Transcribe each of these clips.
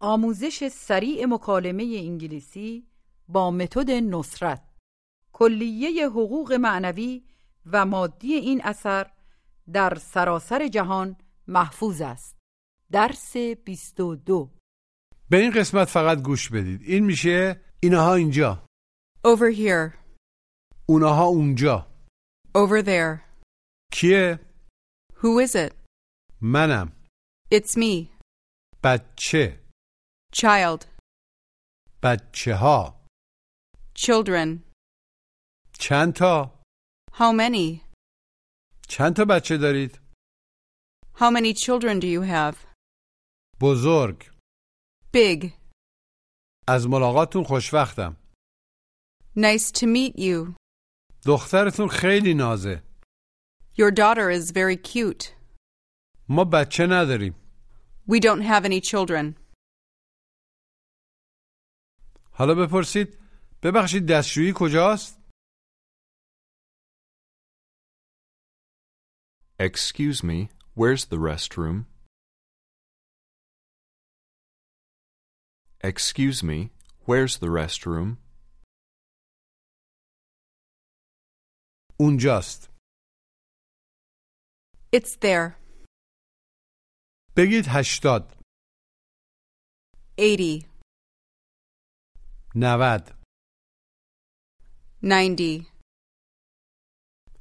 آموزش سریع مکالمه انگلیسی با متد نصرت کلیه حقوق معنوی و مادی این اثر در سراسر جهان محفوظ است درس 22 به این قسمت فقط گوش بدید این میشه اینها اینجا Over here. اونها اونجا Over there. کیه Who is it? منم It's me. بچه Child. بچه ها Children. چند تا How many? چند تا بچه دارید How many children do you have? بزرگ Big. از ملاقاتتون خوشوقتم Nice to meet you. دخترتون خیلی نازه Your daughter is very cute. ما بچه نداریم We don't have any children. حالا بپرسید ببخشید دستشویی کجاست Excuse me, where's the restroom? Excuse me, where's the restroom? اونجاست It's there. بگید هشتاد 80. نود 90.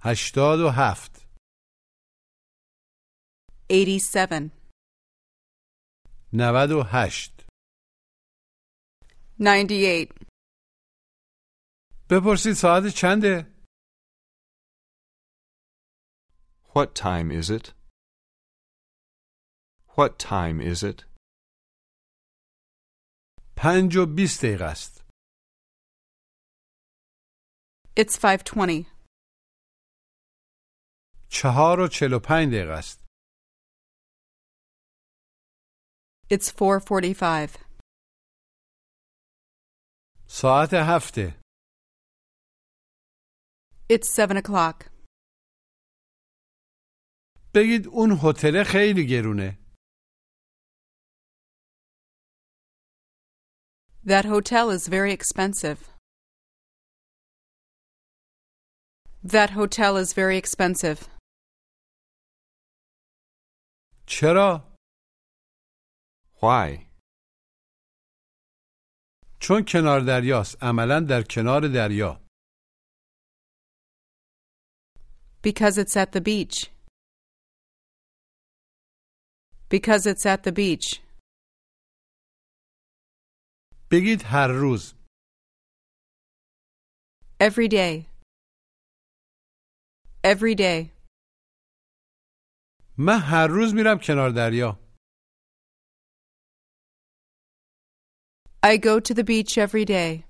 هشتاد و هفت 87. نود و هشت 98. بپرسید ساعت چنده What time is it? What time is it? پنج و بیست دقیقه است It's 520. چهار و چل و پنج دقیقه است It's 445. ساعت هفته It's 7 o'clock. بگید اون هتل خیلی گرونه That hotel is very expensive. That hotel is very expensive. چرا؟ Why? چون کنار دریاست عملا در کنار دریا Because it's at the beach. Because it's at the beach. بگید هر روز Every day. Every day. من هر روز میرم کنار دریا I go to the beach every day.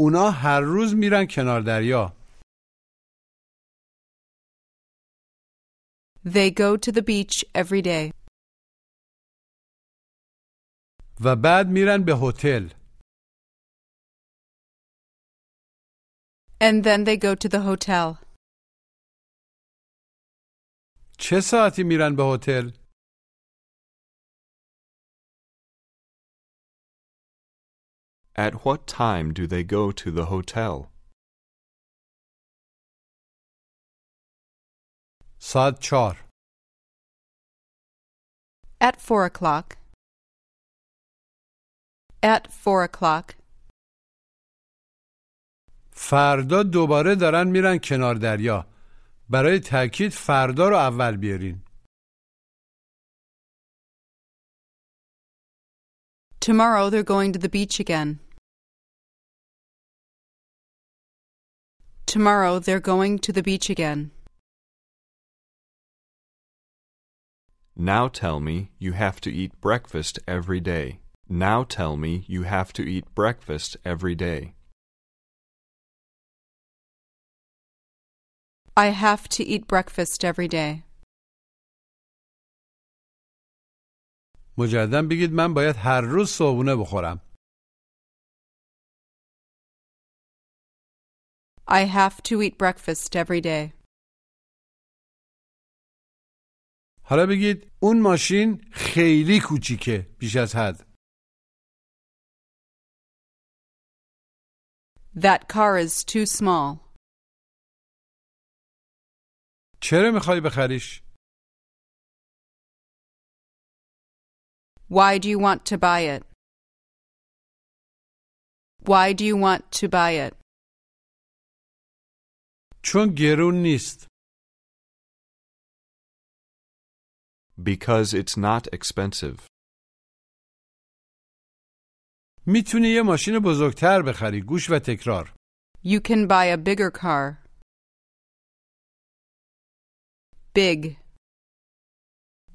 اونا هر روز میرن کنار دریا They go to the beach every day. و بعد میرن به هتل And then they go to the hotel. چه ساعتی میرن به هتل؟ At what time do they go to the hotel? ساعت چهار At four o'clock. At four o'clock. فردا دوباره دارن میرن کنار دریا برای تاکید فردا رو اول بیارین Tomorrow they're going to the beach again. Tomorrow they're going to the beach again. Now tell me you have to eat breakfast every day. Now tell me you have to eat breakfast every day. I have to eat breakfast every day. مجددا بگید من باید هر روز صبحونه بخورم. I have to eat breakfast every day. حالا بگید اون ماشین خیلی کوچیکه بیش از حد. That car is too small. چرا میخوای بخریش؟ Why do you want to buy it? Why do you want to buy it? چون گرون نیست. Because it's not expensive. میتونی یه ماشین بزرگتر بخری. گوش و تکرار. You can buy a bigger car. Big.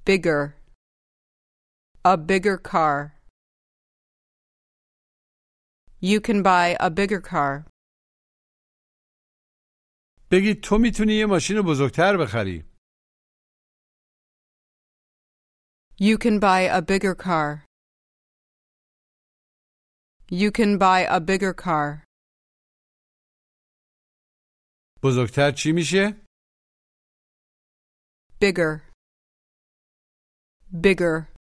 Bigger. A bigger car. You can buy a bigger car. بگید تو میتونی یه ماشین بزرگتر بخری. You can buy a bigger car. You can buy a bigger car. بزرگتر چی میشه؟ Bigger. Bigger.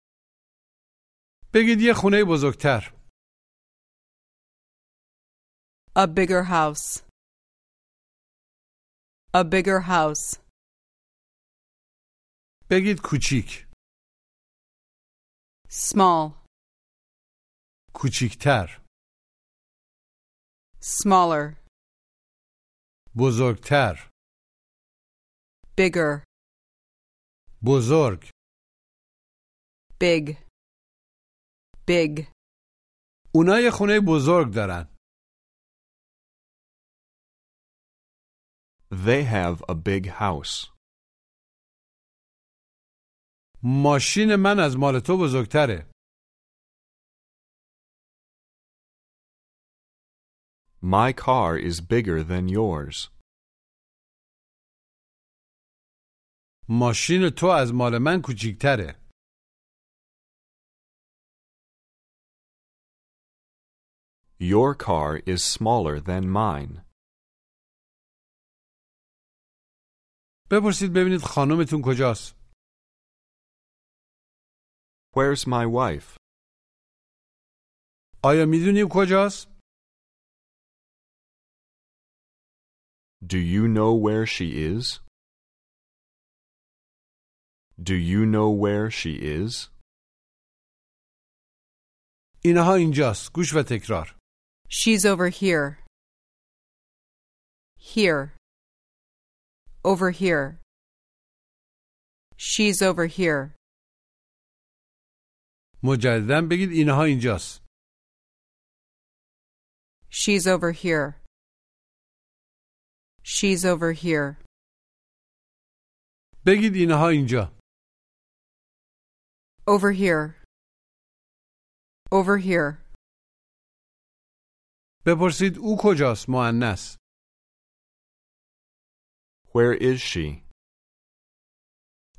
بگید یه خونه بزرگتر. A bigger house. A bigger house. بگید کوچیک. Small. کوچیکتر. Smaller. بزرگتر. Bigger. بزرگ. Big. Big. اونا یه خونه بزرگ دارن. They have a big house. ماشین من از مال تو بزرگتره. My car is bigger than yours. ماشین تو از مال من کوچیکتره. Your car is smaller than mine. بپرسید ببینید خانومتون کجاست؟ Where's my wife? آیا میدونی کجاست؟ Do you know where she is? Do you know where she is? اینها اینجاست. گوش و تکرار. She's over here. Here. Over here. She's over here. مجددا بگید اینها اینجاست. She's over here. She's over here. بگید اینها اینجا. Over here. Over here. بپرسید او کجاست؟ مؤنث. Where is she?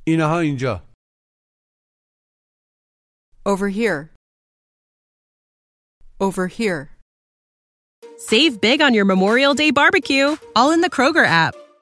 اینها اینجا. Over here. Over here. Save big on your Memorial Day barbecue, all in the Kroger app.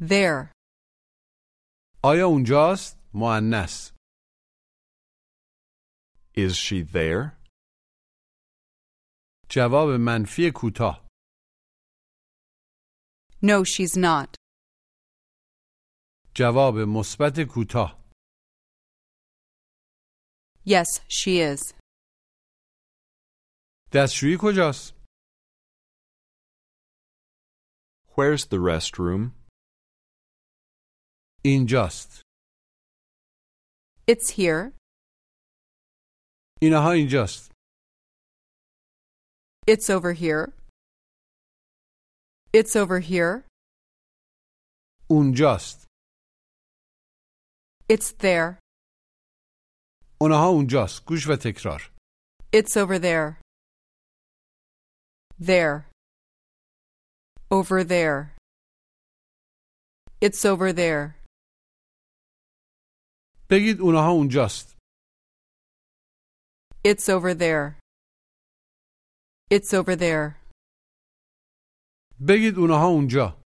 There. آیا اونجاست؟ مؤنث. Is she there? جواب منفی کوتاه. No, she's not. جواب مثبت کوتاه. Yes, she is. دستشویی کجاست؟ Where's the restroom? اینجاست. It's here. اینها اینجاست. It's over here. It's over here. اونجاست. It's there. اونها اونجاست. گوش و تکرار. It's over there. There. Over there. It's over there. بگید اونها اونجاست. It's over there. It's over there. بگید اونها اونجا.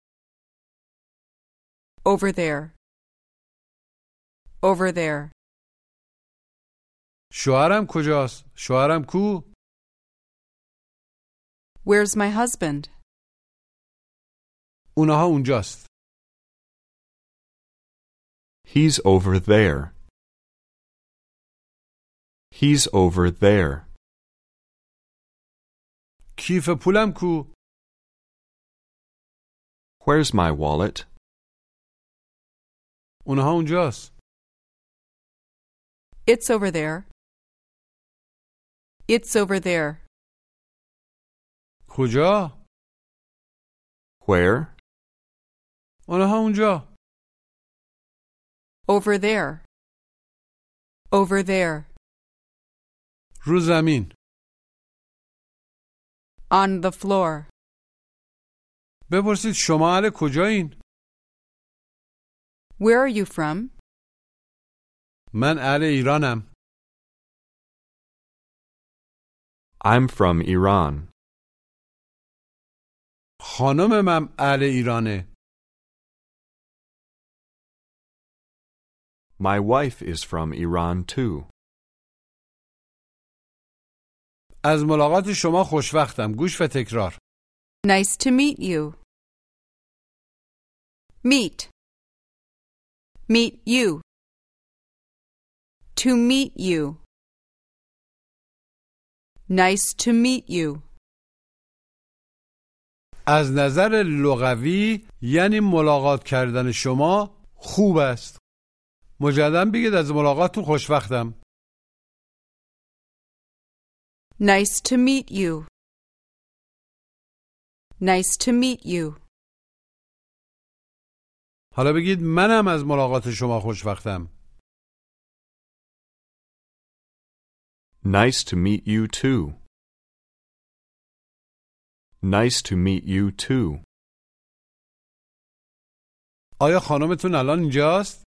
Over there. Over there. شوهرم کجاست؟ شوهرم کو؟ Where's my husband? اونها اونجاست. He's over there. He's over there. کیف پولم کو؟ Where's my wallet? اونها اونجاست. It's over there. It's over there. کجا؟ Where? اونها اونجا. Over there. Over there. رو زمین. On the floor. بپرسید شما اهل کجایین؟ Where are you from? من اهل ایرانم. I'm from Iran. خانم من اهل ایرانه. My wife is from Iran too. از ملاقات شما خوشوقتم. گوش و تکرار. Nice to meet you. Meet. Meet you. To meet you. Nice to meet you. از نظر لغوی یعنی ملاقات کردن شما خوب است. مجددا بگید از ملاقاتتون خوشوقتم. Nice to meet you. Nice to meet you. حالا بگید منم از ملاقات شما خوشوقتم. Nice to meet you too. Nice to meet you too. آیا خانمتون الان اینجاست؟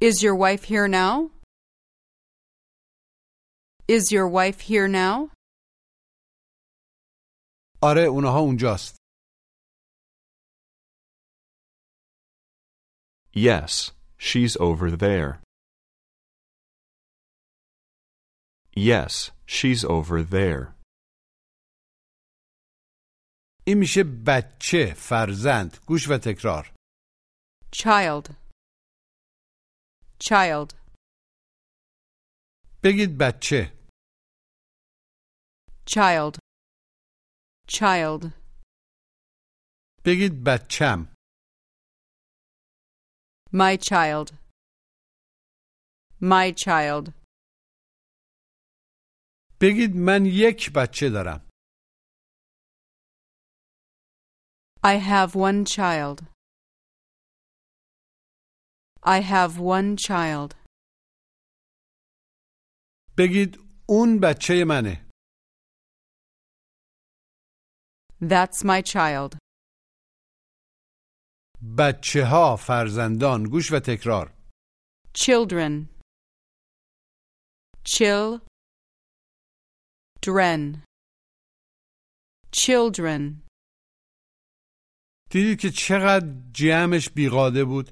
Is your wife here now? Is your wife here now? آره اونها اونجاست. Yes, she's over there. Yes, she's over there. این میشه بچه فرزند گوش و تکرار Child. Child. بگید بچه Child. Child. بگید بچم My child. My child. بگید من یک بچه دارم I have one child. I have one child. بگید اون بچه منه That's my child. بچه ها فرزندان گوش و تکرار Children. Chill. Dren. Children. دیدید که چقدر جمعش بیقاده بود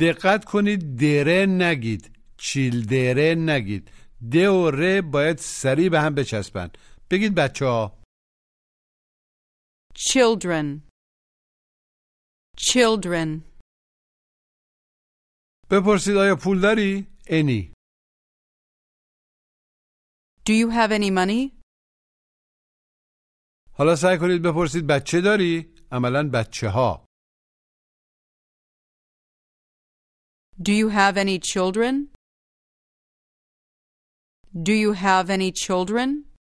دقت کنید دره نگید چیلدره نگید د و ر باید سریع به هم بچسبن بگید بچه ها Children. Children. بپرسید آیا پول داری؟ any Do you have any money? حالا سعی کنید بپرسید بچه داری؟ عملا بچه ها Do you have any children? Do you have any children?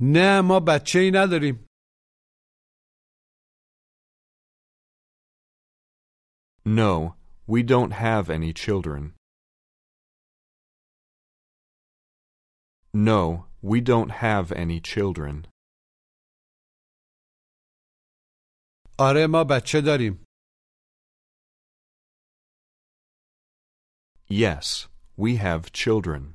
نه ما بچه ای نداریم No, we don't have any children. No, we don't have any children. آره ما بچه داریم Yes, we have children.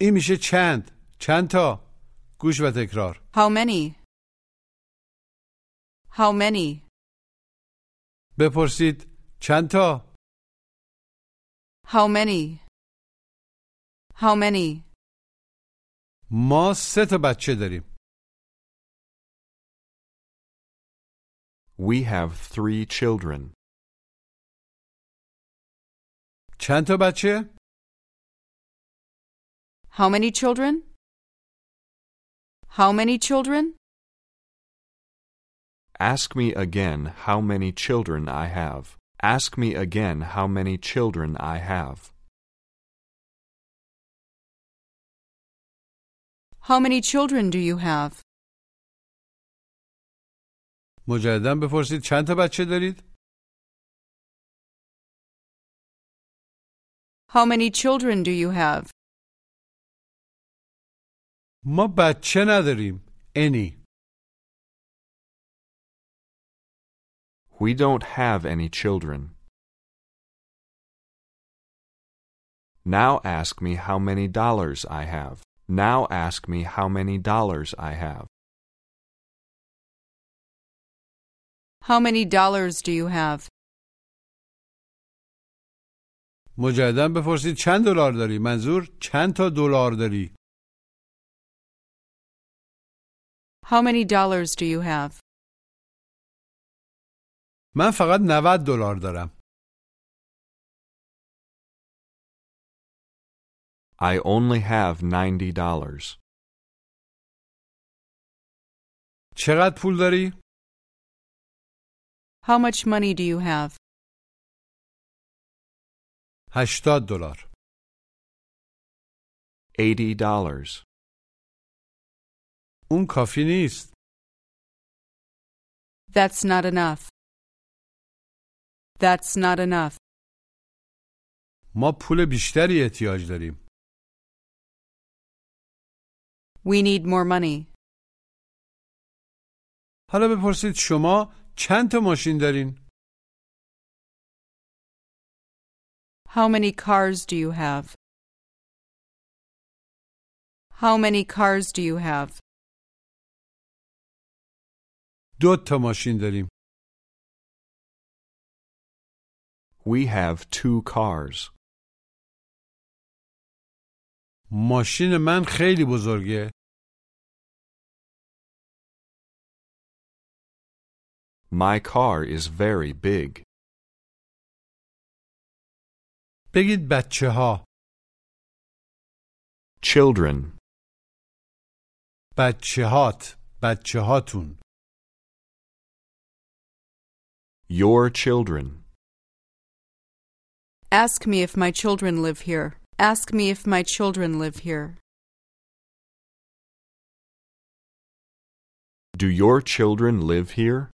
این میشه چند چند تا گوش و تکرار How many? How many? بپرسید چند تا How many? How many? ما سه تا بچه داریم We have three children. چند تا بچه How many children? How many children? Ask me again how many children I have. Ask me again how many children I have. How many children do you have? مجددا بپرسید چند تا بچه دارید How many children do you have? ما بچه نداریم any We don't have any children. Now ask me how many dollars I have. Now ask me how many dollars I have. How many dollars do you have? مجددا بپرسید چند دلار داری منظور چند تا دلار داری How many dollars do you have? من فقط 90 دلار دارم I only have ninety dollars. چقدر پول داری How much money do you have? 80 دلار Eighty dollars. اون کافی نیست That's not enough. That's not enough. ما پول بیشتری احتیاج داریم We need more money. حالا بپرسید شما چند تا ماشین دارین؟ How many cars do you have? How many cars do you have? دو تا ماشین داریم. We have two cars. ماشین من خیلی بزرگه. My car is very big. بگید بچه ها. Children. بچه هات. بچه هاتون. Your children. Ask me if my children live here. Ask me if my children live here. Do your children live here?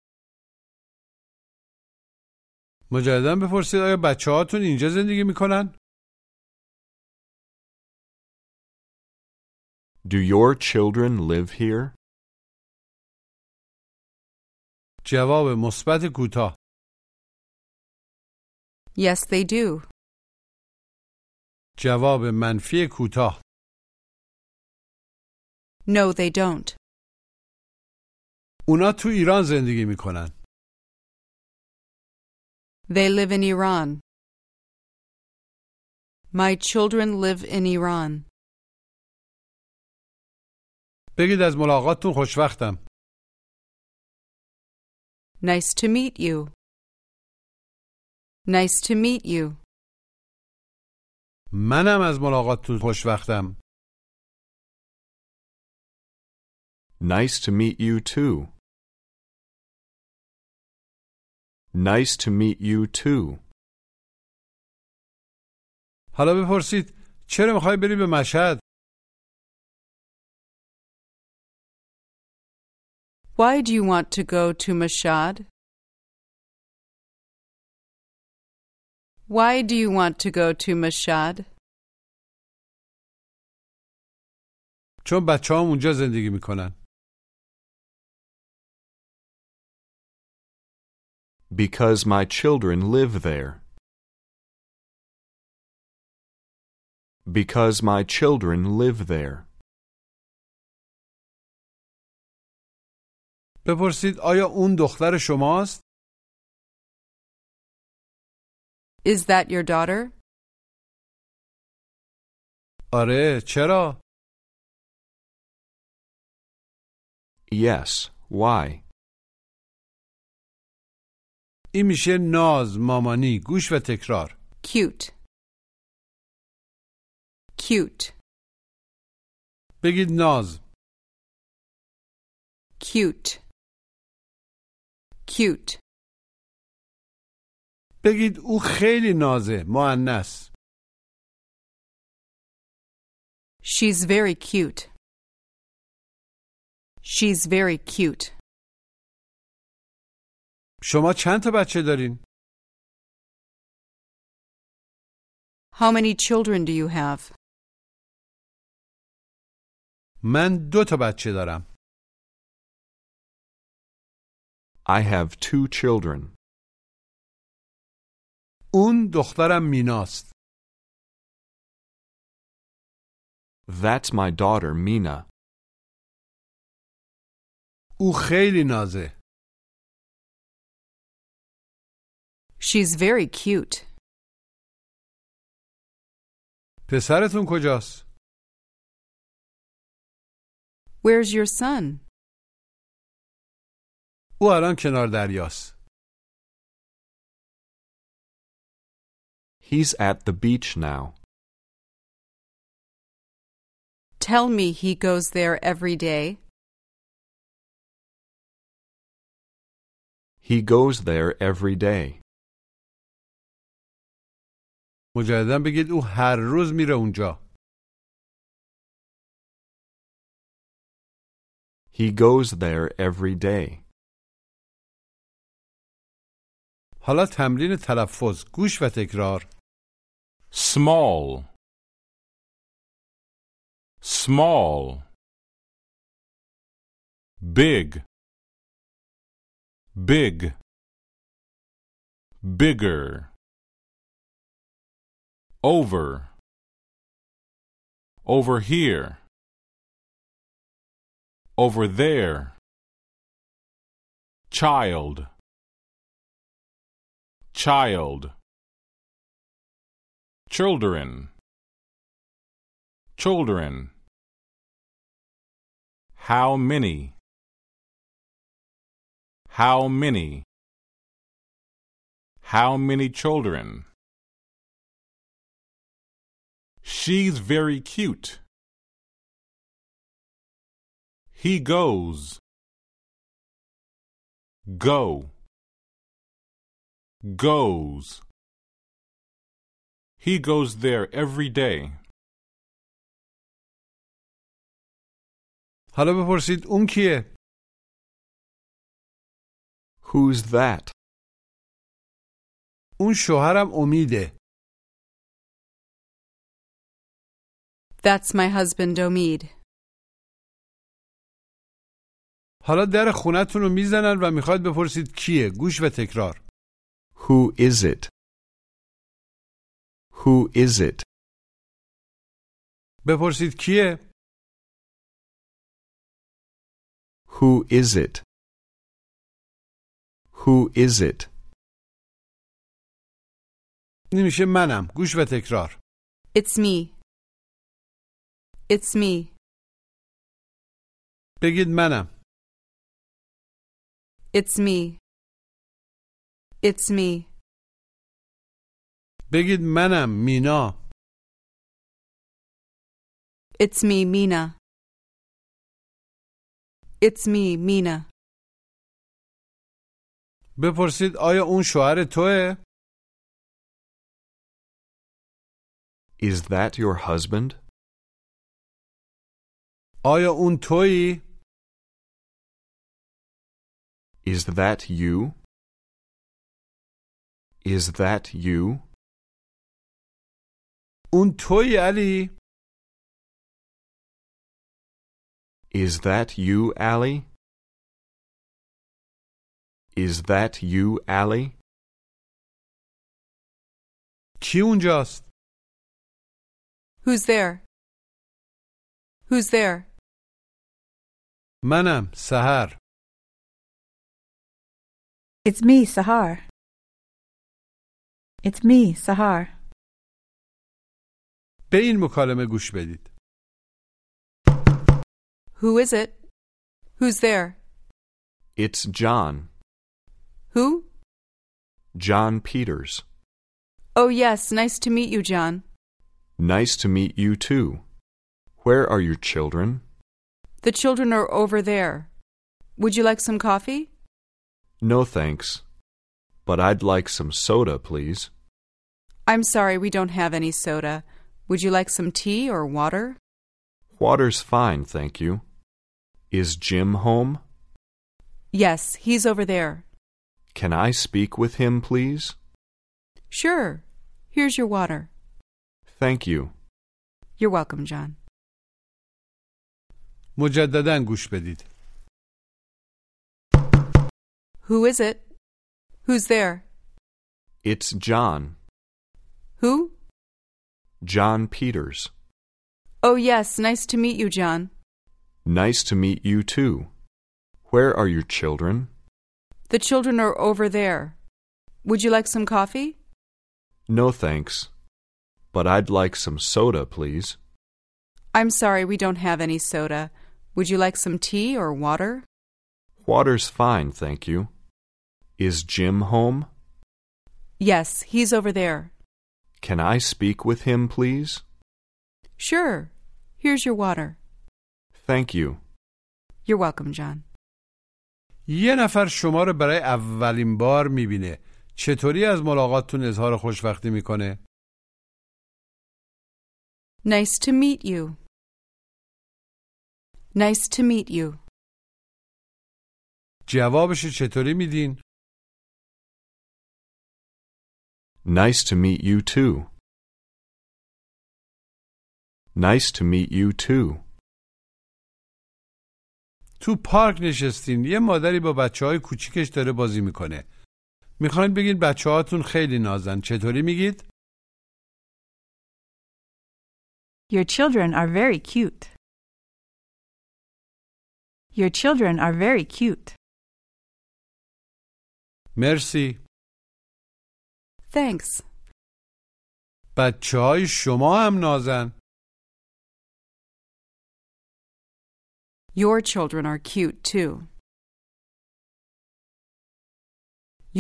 مجددا بپرسید آیا بچه هاتون اینجا زندگی میکنن؟ Do your children live here? جواب مثبت کوتاه. Yes, they do. جواب منفی کوتاه. No, they don't. اونا تو ایران زندگی میکنن. They live in Iran. My children live in Iran. بگید از ملاقاتتون خوشوقتم. Nice to meet you. Nice to meet you. منم از ملاقاتتون خوشوقتم Nice to meet you too. Nice to meet you too. حالا بپرسید چرا میخوای بری به مشهد Why do you want to go to Mashhad? Why do you want to go to Mashhad? چون بچه هم اونجا زندگی میکنن Because my children live there. Because my children live there. بپرسید آیا اون دختر شماست Is that your daughter? آره چرا Yes, why? این میشه ناز مامانی گوش و تکرار Cute. Cute. بگید ناز Cute. Cute. بگید او خیلی نازه معنس She's very cute. She's very cute. شما چند تا بچه دارین How many children do you have? من دو تا بچه دارم I have two children. اون دخترم میناست That's my daughter Mina. او خیلی نازه She's very cute. پسرتون کجاست Where's your son? او الان کنار دریاست He's at the beach now. Tell me he goes there every day. He goes there every day. مجددا بگید او هر روز میره اونجا He goes there every day. حالا تمرین تلفظ گوش و تکرار small small big big bigger over over here over there child child children, children. How many? How many? How many children? She's very cute. He goes. Go. Goes. He goes there every day. حالا بپرسید اون کیه Who's that? اون شوهرم امیده That's my husband Omid. حالا در خونتون رو میزنن و میخواد بپرسید کیه گوش و تکرار Who is it? Who is it? بپرسید کیه Who is it? Who is it? این میشه منم گوش و تکرار It's me. It's me. بگید منم It's me. It's me. بگید منم مینا It's me, Mina. It's me, Mina. بپرسید آیا اون شوهر توه؟ Is that your husband? آیا اون تویی؟ Is that you? Is that you? اون تویی علی؟ Is that you, Allie? Is that you, Allie? کی اونجاست؟ Who's there? Who's there? منم سهر It's me, Sahar. It's me, Sahar. به این مکالمه گوش بدید Who is it? Who's there? It's John. Who? John Peters. Oh, yes, nice to meet you, John. Nice to meet you too. Where are your children? The children are over there. Would you like some coffee? No thanks. But I'd like some soda, please. I'm sorry, we don't have any soda. Would you like some tea or water? Water's fine, thank you. Is Jim home? Yes, he's over there. Can I speak with him, please? Sure. Here's your water. Thank you. You're welcome, John. مجددا گوش بدید Who is it? Who's there? It's John. Who? John Peters. Oh, yes, nice to meet you, John. Nice to meet you too. Where are your children? The children are over there. Would you like some coffee? No thanks. But I'd like some soda, please. I'm sorry, we don't have any soda. Would you like some tea or water? Water's fine, thank you. Is Jim home? Yes, he's over there. Can I speak with him, please? Sure. Here's your water. Thank you. You're welcome, John. یه نفر شما رو برای اولین بار میبینه چطوری از ملاقاتتون اظهار خوشبختی میکنه؟ Nice to meet you. Nice to meet you. جوابش رو چطوری میدین؟ Nice to meet you too. Nice to meet you too. تو پارک نشستین یه مادری با بچه های کوچیکش داره بازی میکنه میخواین بگین بچه هاتون خیلی نازن چطوری میگید؟ Your children are very cute. Your children are very cute. مرسی Thanks. بچه های شما هم نازن Your children are cute, too.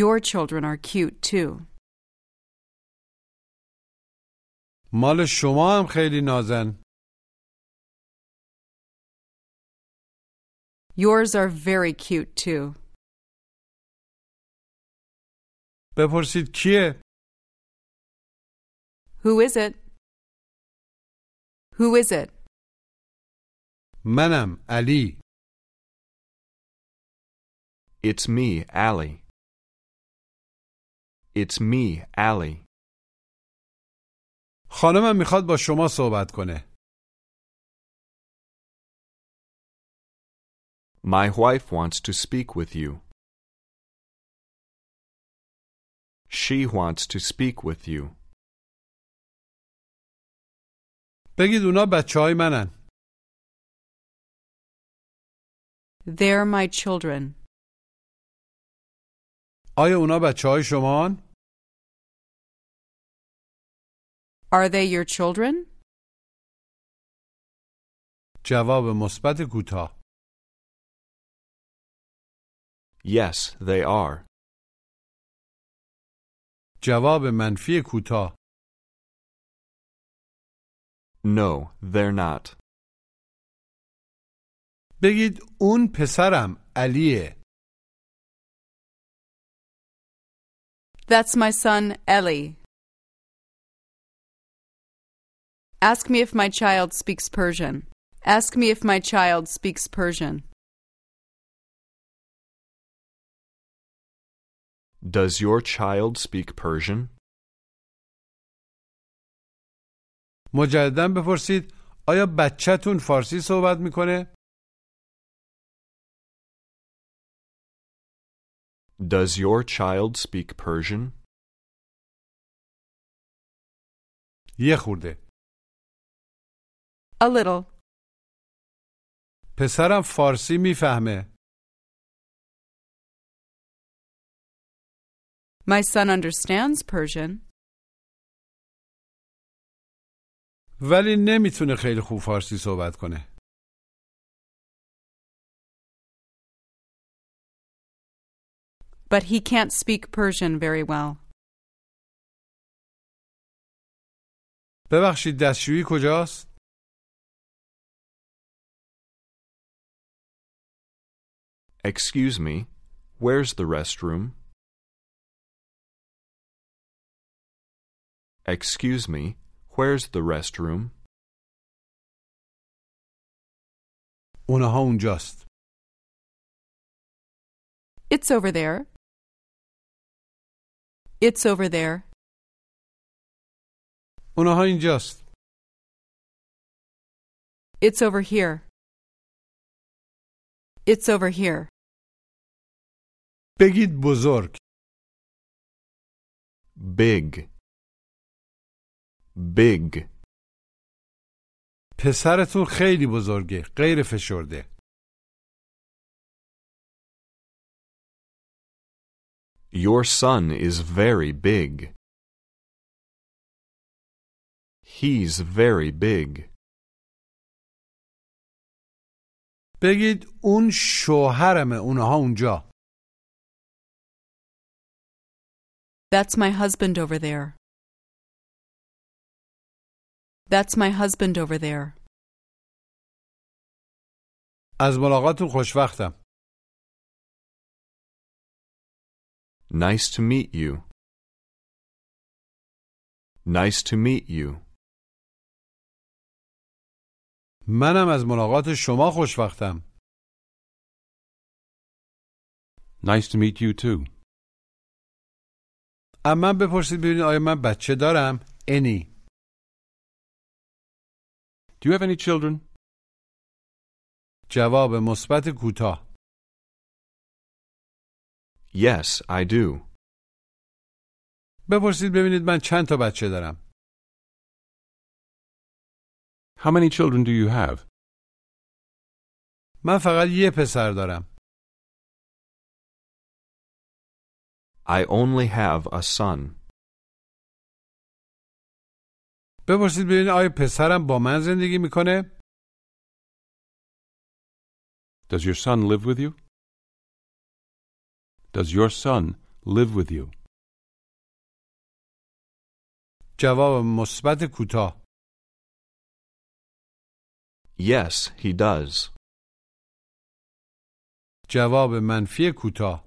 Your children are cute, too. مال شما هم خیلی نازن Yours are very cute, too. بپرسید کیه؟ Who is it? Who is it? منم علی It's me, Allie. It's me, Allie. خانمم میخواد با شما صحبت کنه My wife wants to speak with you. She wants to speak with you. بگید اونا بچه های منن They're my children. آیا اونا بچه های شما Are they your children? جواب مثبت کوتاه Yes, they are. جواب منفی کوتاه No, they're not. بگید اون پسرم علیه That's my son, Eli. Ask me if my child speaks Persian. Ask me if my child speaks Persian. Does your child speak Persian? مجددا بپرسید آیا بچهتون فارسی صحبت میکنه؟ Does your child speak Persian? یه خورده A little. پسرم فارسی میفهمه My son understands Persian, ولی نمیتونه خیلی خوب فارسی صحبت کنه but he can't speak Persian very well. ببخشید دستشویی کجاست؟ Excuse me, where's the restroom? Excuse me, where's the restroom? اونها اونجاست It's over there. It's over there. اونها اینجاست It's over here. It's over here. بگید بزرگ Big. Big. پسرتون خیلی بزرگه غیر فشرده Your son is very big. He's very big. بگید اون شوهرمه اونها اونجا That's my husband over there. That's my husband over there. از ملاقاتتون خوشوقتم Nice to meet you. Nice to meet you. منم از ملاقات شما خوشوقتم Nice to meet you too. اما بپرسید ببینید آیا من بچه دارم انی Do you have any children? جواب مثبت کوتاه Yes, I do. بپرسید ببینید من چند تا بچه دارم How many children do you have? من فقط یه پسر دارم I only have a son. بپرسید ببینید آیا پسرم با من زندگی میکنه Does your son live with you? Does your son live with you? جواب مثبت کوتاه Yes, he does. جواب منفی کوتاه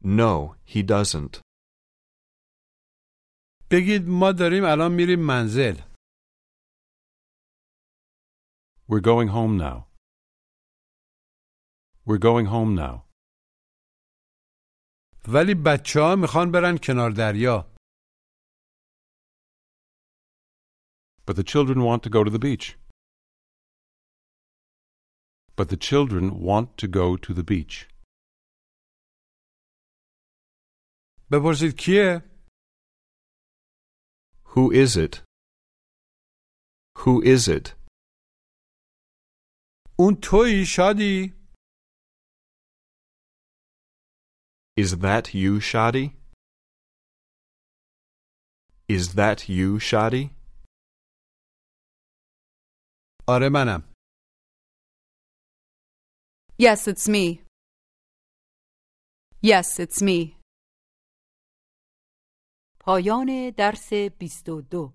No, he doesn't. بگید ما داریم الان میریم منزل We're going home now. We're going home now. ولی بچه ها میخوان برن کنار دریا But the children want to go to the beach. But the children want to go to the beach. بپرسید کیه؟ Who is it? Who is it? اون تویی شادی؟ Is that you, Shadi? Is that you, Shadi? آره منم Yes, it's me. Yes, it's me. پایان درس 22